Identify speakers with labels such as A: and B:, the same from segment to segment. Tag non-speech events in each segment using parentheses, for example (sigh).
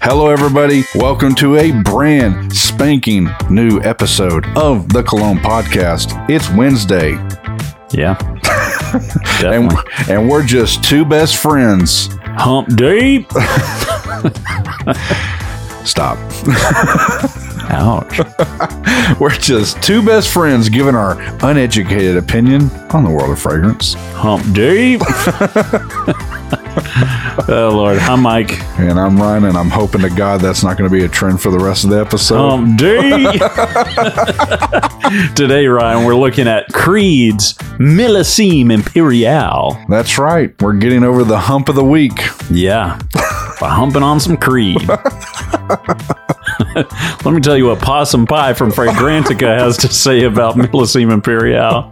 A: Hello, everybody. Welcome to a brand spanking new episode of the Cologne Podcast. It's Wednesday,
B: Yeah.
A: and,
B: Definitely.
A: and we're just two best friends.
B: Hump deep.
A: Stop. (laughs)
B: Ouch.
A: We're just two best friends giving our uneducated opinion on the world of fragrance.
B: Hump deep. oh, Lord. Hi, Mike.
A: And I'm Ryan, and I'm hoping to God that's not going to be a trend for the rest of the episode.
B: Hump deep. Today, Ryan, we're looking at Creed's Millesime Imperial.
A: that's right. We're getting over the hump of the week.
B: Yeah. By humping on some Creed. Let me tell you what Possum Pie from Fragrantica has to say about Millesime Imperial.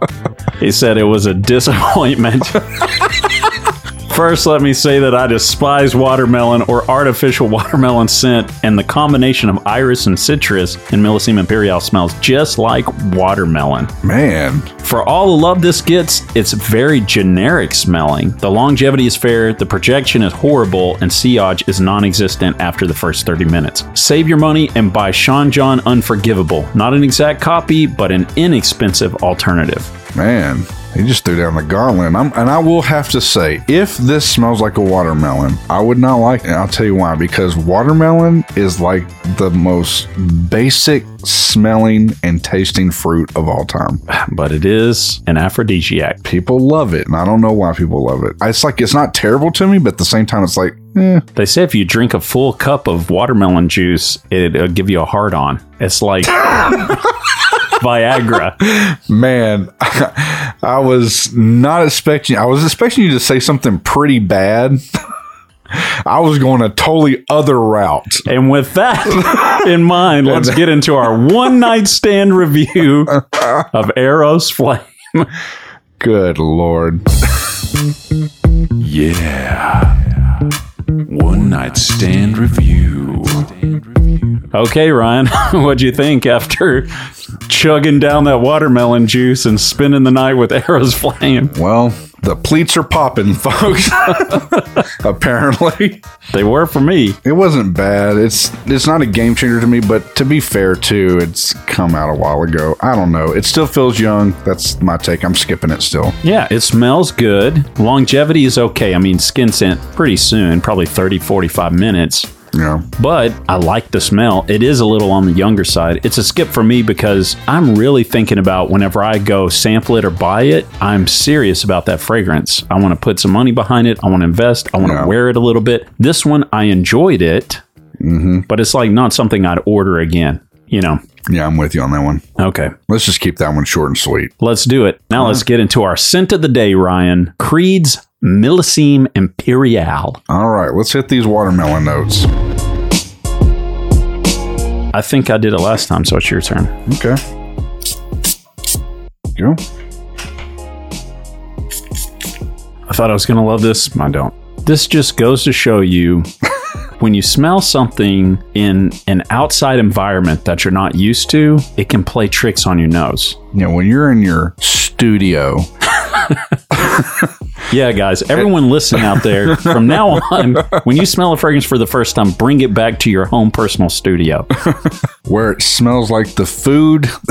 B: He said it was a disappointment. First, let me say that I despise watermelon or artificial watermelon scent, and the combination of iris and citrus in Millesime Imperial smells just like watermelon.
A: Man,
B: For all the love this gets, it's very generic smelling. The longevity is fair, the projection is horrible, and Siage is non existent after the first 30 minutes. Save your money and buy Sean John Unforgivable. Not an exact copy, but an inexpensive alternative. (sighs)
A: man, he just threw down the gauntlet. And, I'm, and I will have to say, if this smells like a watermelon, I would not like it. And I'll tell you why. Because watermelon is like the most basic smelling and tasting fruit of all time.
B: But it is an aphrodisiac.
A: People love it, and I don't know why people love it. It's like it's not terrible to me, but at the same time, it's like, eh,
B: They say if you drink a full cup of watermelon juice, it'll give you a hard on. It's like Viagra.
A: Man, (laughs) I was not expecting. I was expecting you to say something pretty bad. (laughs) I was going a totally other route.
B: And with that (laughs) in mind, let's get into our one night stand review of Arrows Flame.
A: Good lord.
C: One night stand review.
B: Okay, Ryan, (laughs) what'd you think after chugging down that watermelon juice and spending the night with Arrows Flame?
A: Well, the pleats are
C: (laughs)
A: popping, (laughs) folks. Apparently,
B: They were for me.
A: it wasn't bad. It's it's not a game changer to me, but to be fair, too, it's come out a while ago. I don't know. It still feels young. That's my take. I'm skipping it still.
B: Yeah, it smells good. Longevity is okay. I mean, skin scent pretty soon, probably 30, 45 minutes.
A: Yeah.
B: but I like the smell. It is a little on the younger side. It's a skip for me because I'm really thinking about whenever I go sample it or buy it, I'm serious about that fragrance. I want to put some money behind it. I want to invest. I want to
A: Yeah.
B: wear it a little bit. This one, I enjoyed it, but it's like not something I'd order again, you know?
A: Yeah, I'm with you on that one.
B: Okay,
A: Let's just keep that one short and sweet.
B: let's do it. Now let's get into our scent of the day, Ryan. Creed's Millesime Imperial.
A: All right, let's hit these watermelon notes.
B: I think I did it last time, so it's your turn.
A: Okay. Go.
B: I thought I was going to love this. I don't. This just goes to show you when you smell something in an outside environment that you're not used to, it can play tricks on your nose.
A: Yeah, when you're in your studio,
B: Yeah, guys, everyone listening out there, from now on, when you smell a fragrance for the first time, bring it back to your home personal studio.
A: where it smells like the food (laughs)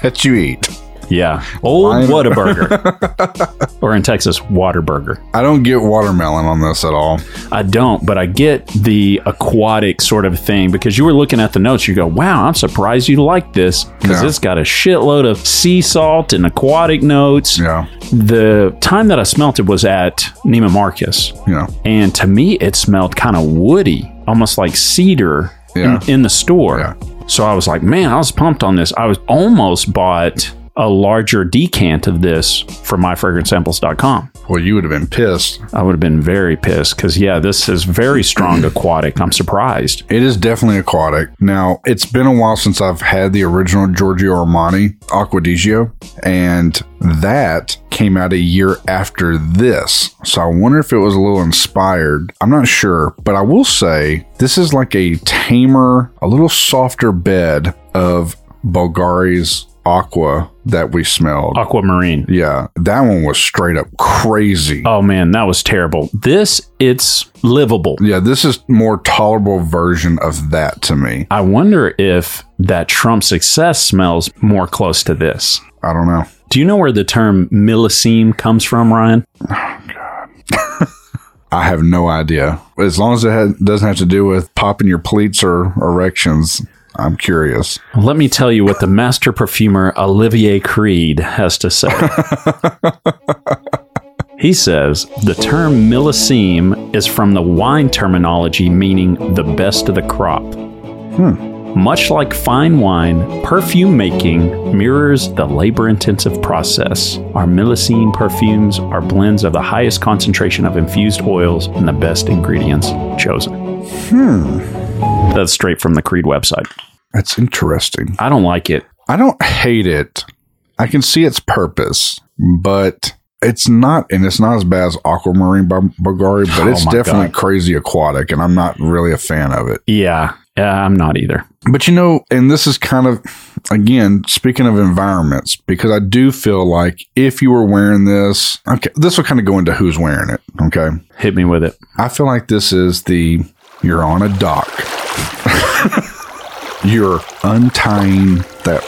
A: that you eat.
B: Yeah. Old Whataburger. or in Texas, Waterburger.
A: I don't get watermelon on this at all.
B: I don't, but I get the aquatic sort of thing because you were looking at the notes. You go, wow, I'm surprised you like this because
A: Yeah.
B: it's got a shitload of sea salt and aquatic notes.
A: Yeah,
B: The time that I smelt it was at Nema Marcus.
A: you know.
B: And to me, it smelled kind of woody, almost like cedar
A: Yeah.
B: in, in the store. So I was like, man, I was pumped on this. I was almost bought a larger decant of this from myfragrancesamples.com.
A: Well, you would have been pissed.
B: I would have been very pissed because, yeah, this is very strong aquatic. I'm surprised.
A: It is definitely aquatic. Now, it's been a while since I've had the original Giorgio Armani Acquadigio, and that came out a year after this. So I wonder if it was a little inspired. I'm not sure, but I will say this is like a tamer, a little softer bed of Bulgari's aqua that we smelled.
B: Aquamarine.
A: Yeah, that one was straight up crazy.
B: Oh man, that was terrible. This, it's livable.
A: Yeah, this is more tolerable version of that to me.
B: I wonder if that Trump success smells more close to this.
A: I don't know.
B: Do you know where the term millesime comes from, Ryan?
A: I have no idea. As long as it ha- doesn't have to do with popping your pleats or erections, I'm curious.
B: Let me tell you what the master perfumer Olivier Creed has to say. he says the term millesime is from the wine terminology meaning the best of the crop. Much like fine wine, perfume making mirrors the labor intensive process. Our millesime perfumes are blends of the highest concentration of infused oils and the best ingredients chosen. Hmm. That's straight from the Creed website.
A: That's interesting.
B: I don't like it.
A: I don't hate it. I can see its purpose, but it's not, and it's not as bad as Aquamarine by Bulgari, but
B: Oh
A: it's
B: my
A: definitely
B: God.
A: crazy aquatic, and I'm not really a fan of it.
B: Yeah, uh, I'm not either.
A: But you know, and this is kind of, again, speaking of environments, because I do feel like if you were wearing this, okay, this will kind of go into who's wearing it. Okay.
B: Hit me with it.
A: I feel like this is the you're on a dock. (laughs) you're untying that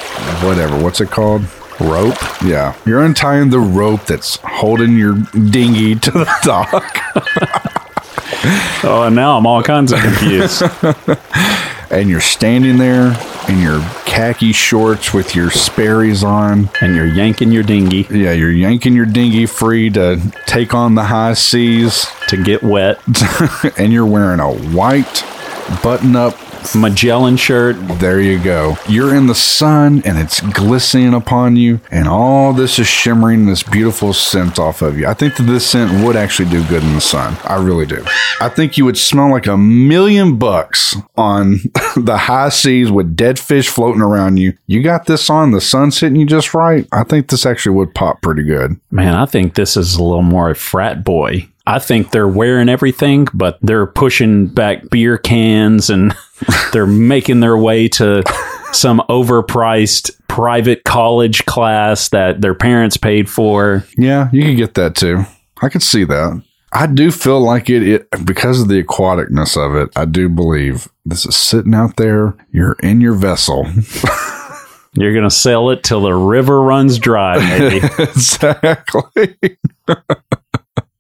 A: whatever, what's it called? Rope? Yeah. You're untying the rope that's holding your dinghy to the (laughs) dock
B: Oh, and now I'm all kinds of confused.
A: and you're standing there in your khaki shorts with your Sperry's on.
B: and you're yanking your dinghy
A: Yeah, you're yanking your dinghy free to take on the high seas (laughs)
B: to get wet.
A: and you're wearing a white button up
B: Magellan shirt.
A: There you go. You're in the sun and it's glistening upon you, and all this is shimmering this beautiful scent off of you. I think that this scent would actually do good in the sun. I really do. I think you would smell like a million bucks on (laughs) the high seas with dead fish floating around you. You got this on, the sun's hitting you just right. I think this actually would pop pretty good.
B: Man, I think this is a little more a frat boy. I think they're wearing everything, but they're pushing back beer cans and (laughs) they're making their way to some overpriced private college class that their parents paid for.
A: Yeah, you could get that too. I could see that. I do feel like it, it because of the aquaticness of it. I do believe this is sitting out there. You're in your vessel. (laughs)
B: You're going to sell it till the river runs dry, maybe.
A: exactly.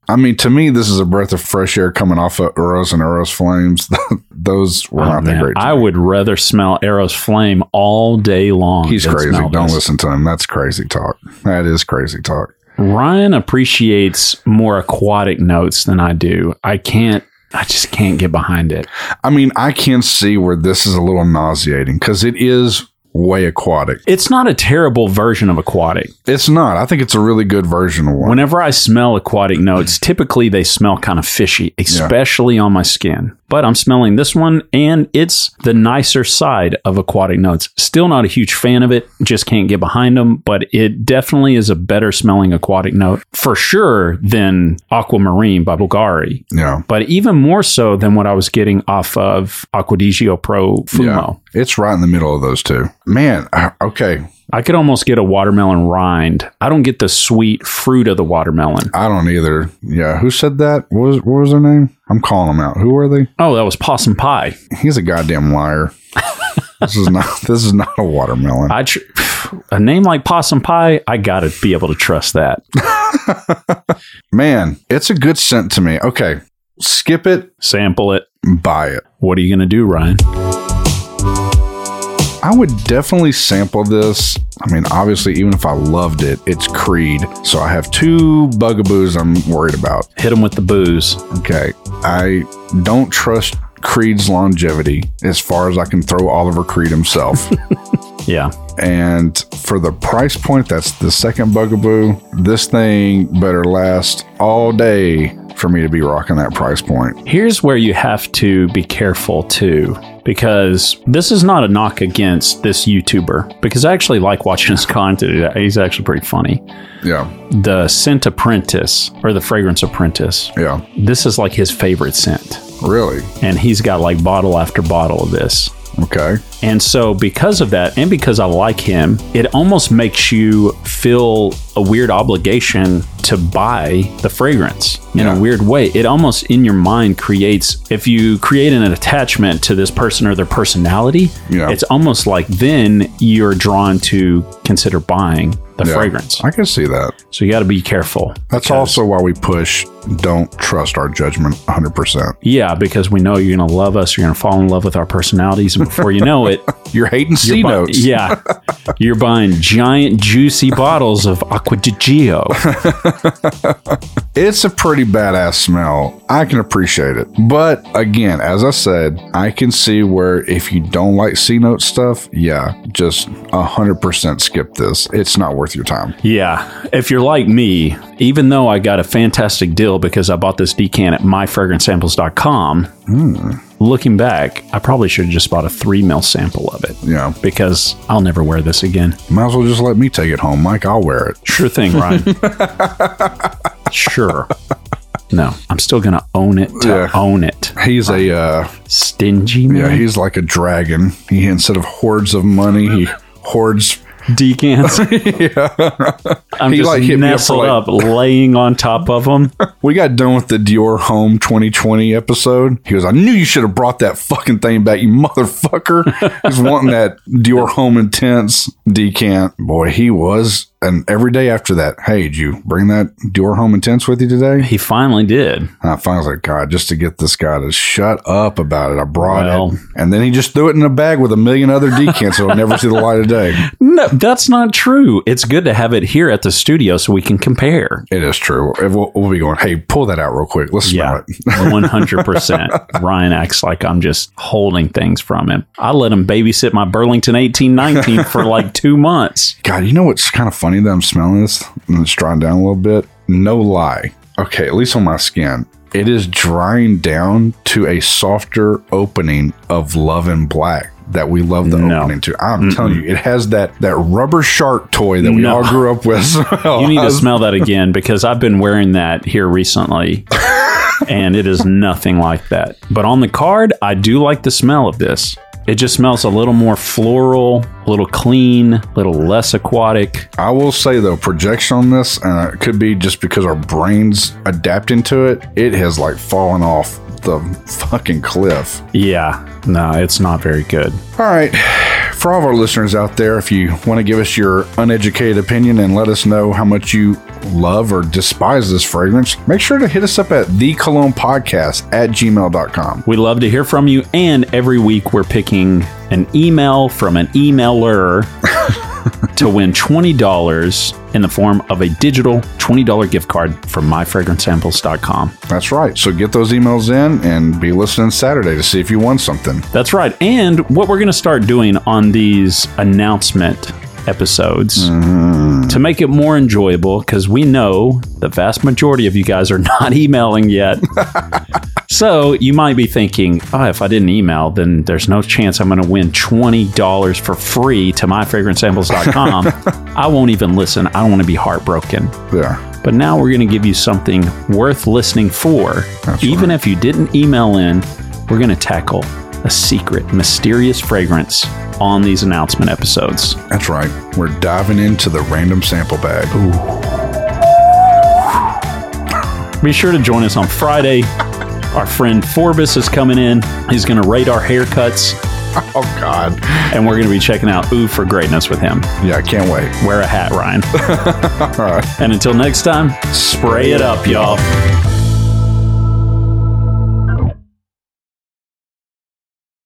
A: I mean, to me, this is a breath of fresh air coming off of Eros and Eros flames. (laughs) Those were
B: Oh,
A: not that
B: man,
A: great. to
B: I
A: me.
B: would rather smell Arrow's flame all day long.
A: He's
B: than
A: crazy.
B: smell
A: Don't
B: this.
A: listen to him. That's crazy talk. That is crazy talk.
B: Ryan appreciates more aquatic notes than I do. I can't. I just can't get behind it.
A: I mean, I can see where this is a little nauseating because it is way aquatic.
B: It's not a terrible version of aquatic.
A: It's not. I think it's a really good version of one.
B: Whenever I smell aquatic notes, typically they smell kind of fishy, especially on my skin. But I'm smelling this one, and it's the nicer side of aquatic notes. Still not a huge fan of it, just can't get behind them, but it definitely is a better smelling aquatic note for sure than Aquamarine by Bulgari.
A: yeah.
B: But even more so than what I was getting off of Aquadigio Pro Fumo.
A: It's right in the middle of those two. Man, uh, okay.
B: I could almost get a watermelon rind. I don't get the sweet fruit of the watermelon.
A: I don't either. Yeah. Who said that? What was, what was their name? I'm calling them out. Who are they?
B: Oh, that was possum pie.
A: He's a goddamn
B: (laughs)
A: liar. this is not this is not a watermelon.
B: I tr- (sighs) a name like Possum Pie, I gotta be able to trust that.
A: Man, it's a good scent to me. Okay. Skip it,
B: Sample it.
A: buy it.
B: What are you gonna do, Ryan?
A: I would definitely sample this. I mean, obviously, even if I loved it, it's Creed. So I have two bugaboos I'm worried about.
B: Hit him with the booze.
A: Okay. I don't trust Creed's longevity as far as I can throw Oliver Creed himself.
B: Yeah,
A: And for the price point, that's the second bugaboo. This thing better last all day for me to be rocking that price point.
B: Here's where you have to be careful too, because this is not a knock against this YouTuber, because I actually like watching his content. He's actually pretty funny.
A: Yeah.
B: The Scent Apprentice, or the Fragrance Apprentice,
A: Yeah.
B: this is like his favorite scent.
A: Really?
B: And he's got like bottle after bottle of this.
A: Okay.
B: And so, because of that, and because I like him, it almost makes you feel a weird obligation to buy the fragrance in
A: Yeah.
B: a weird way. It almost in your mind creates, if you create an attachment to this person or their personality,
A: Yeah.
B: it's almost like then you're drawn to consider buying the
A: Yeah.
B: fragrance.
A: I can see that.
B: So, you got to be careful.
A: That's also why we push don't trust our judgment 100%.
B: Yeah, because we know you're going to love us, you're going to fall in love with our personalities. And before you know it,
A: (laughs) You're hating C
B: bu-
A: notes.
B: (laughs) Yeah. You're buying giant juicy bottles of Aqua di Gio.
A: It's a pretty badass smell. I can appreciate it. But again, as I said, I can see where if you don't like C note stuff, yeah, just 100% skip this. It's not worth your time.
B: Yeah. If you're like me, even though I got a fantastic deal because I bought this decant at myfragrancesamples.com,
A: Hmm.
B: looking back, I probably should have just bought a three mil sample of it
A: Yeah.
B: because I'll never wear this again.
A: Might as well just let me take it home, Mike. I'll wear it.
B: Sure
A: (laughs)
B: thing, Ryan. sure. No, I'm still going to own it to
A: Yeah.
B: own it.
A: He's a, uh,
B: Stingy man.
A: yeah, he's like a dragon. He, instead of hordes of money, he hoards.
B: (laughs)
A: (laughs)
B: decants. I'm
A: He,
B: just
A: like, hit me up for,
B: nestled
A: like-
B: up, laying on top of them.
A: We got done with the Dior Home 2020 episode. He goes, I knew you should have brought that fucking thing back, you motherfucker. He's wanting that Dior Home Intense decant. Boy, he was. And every day after that, hey, did you bring that Dior Home Intense with you today?
B: He finally did.
A: And I finally was like, God, just to get this guy to shut up about it, I brought
B: Well.
A: it. And then he just threw it in a bag with a million other decants that'll never see the light of day.
B: No, that's not true. It's good to have it here at the studio so we can compare.
A: It is true. It- We'll, we'll be going, hey, pull that out real quick. Let's smell it. (laughs)
B: 100%. Ryan acts like I'm just holding things from him. I let him babysit my Burlington 1819 for like two months.
A: God, you know what's kind of funny that I'm smelling this and it's drying down a little bit? No lie. Okay, at least on my skin. It is drying down to a softer opening of Love and Black that we love the
B: No.
A: opening to. I'm telling you, it has that that rubber shark toy that we
B: No.
A: all grew up
B: (laughs)
A: with.
B: You need to smell that again because I've been wearing that here recently and it is nothing like that. But on the card, I do like the smell of this. It just smells a little more floral, a little clean, a little less aquatic.
A: I will say though, projection on this, and it could be just because our brains adapting to it, it has like fallen off the fucking cliff.
B: Yeah, no, it's not very good.
A: All right. For all of our listeners out there, if you want to give us your uneducated opinion and let us know how much you love or despise this fragrance, make sure to hit us up at the Cologne Podcast at gmail.com.
B: We love to hear from you, and every week we're picking an email from an emailer to win $20 in the form of a digital $20 gift card from myfragrancesamples.com.
A: That's right. So get those emails in and be listening Saturday to see if you won something.
B: That's right. And what we're going to start doing on these announcement episodes to make it more enjoyable because we know the vast majority of you guys are (laughs) not emailing yet. so you might be thinking, oh, if I didn't email, then there's no chance I'm going to win $20 for free to myfragrancesamples.com. I won't even listen. I don't want to be heartbroken.
A: Yeah.
B: But now we're going to give you something worth listening for. Even if you didn't email in, we're going to tackle a secret, mysterious fragrance on these announcement episodes.
A: That's right. We're diving into the random sample bag.
B: Be sure to join us on Friday. Our friend Forbes is coming in. He's going to rate our haircuts,
A: Oh, God.
B: and we're going to be checking out Ooh for Greatness with him.
A: Yeah, I can't wait.
B: Wear a hat, Ryan. And until next time, spray it up, y'all.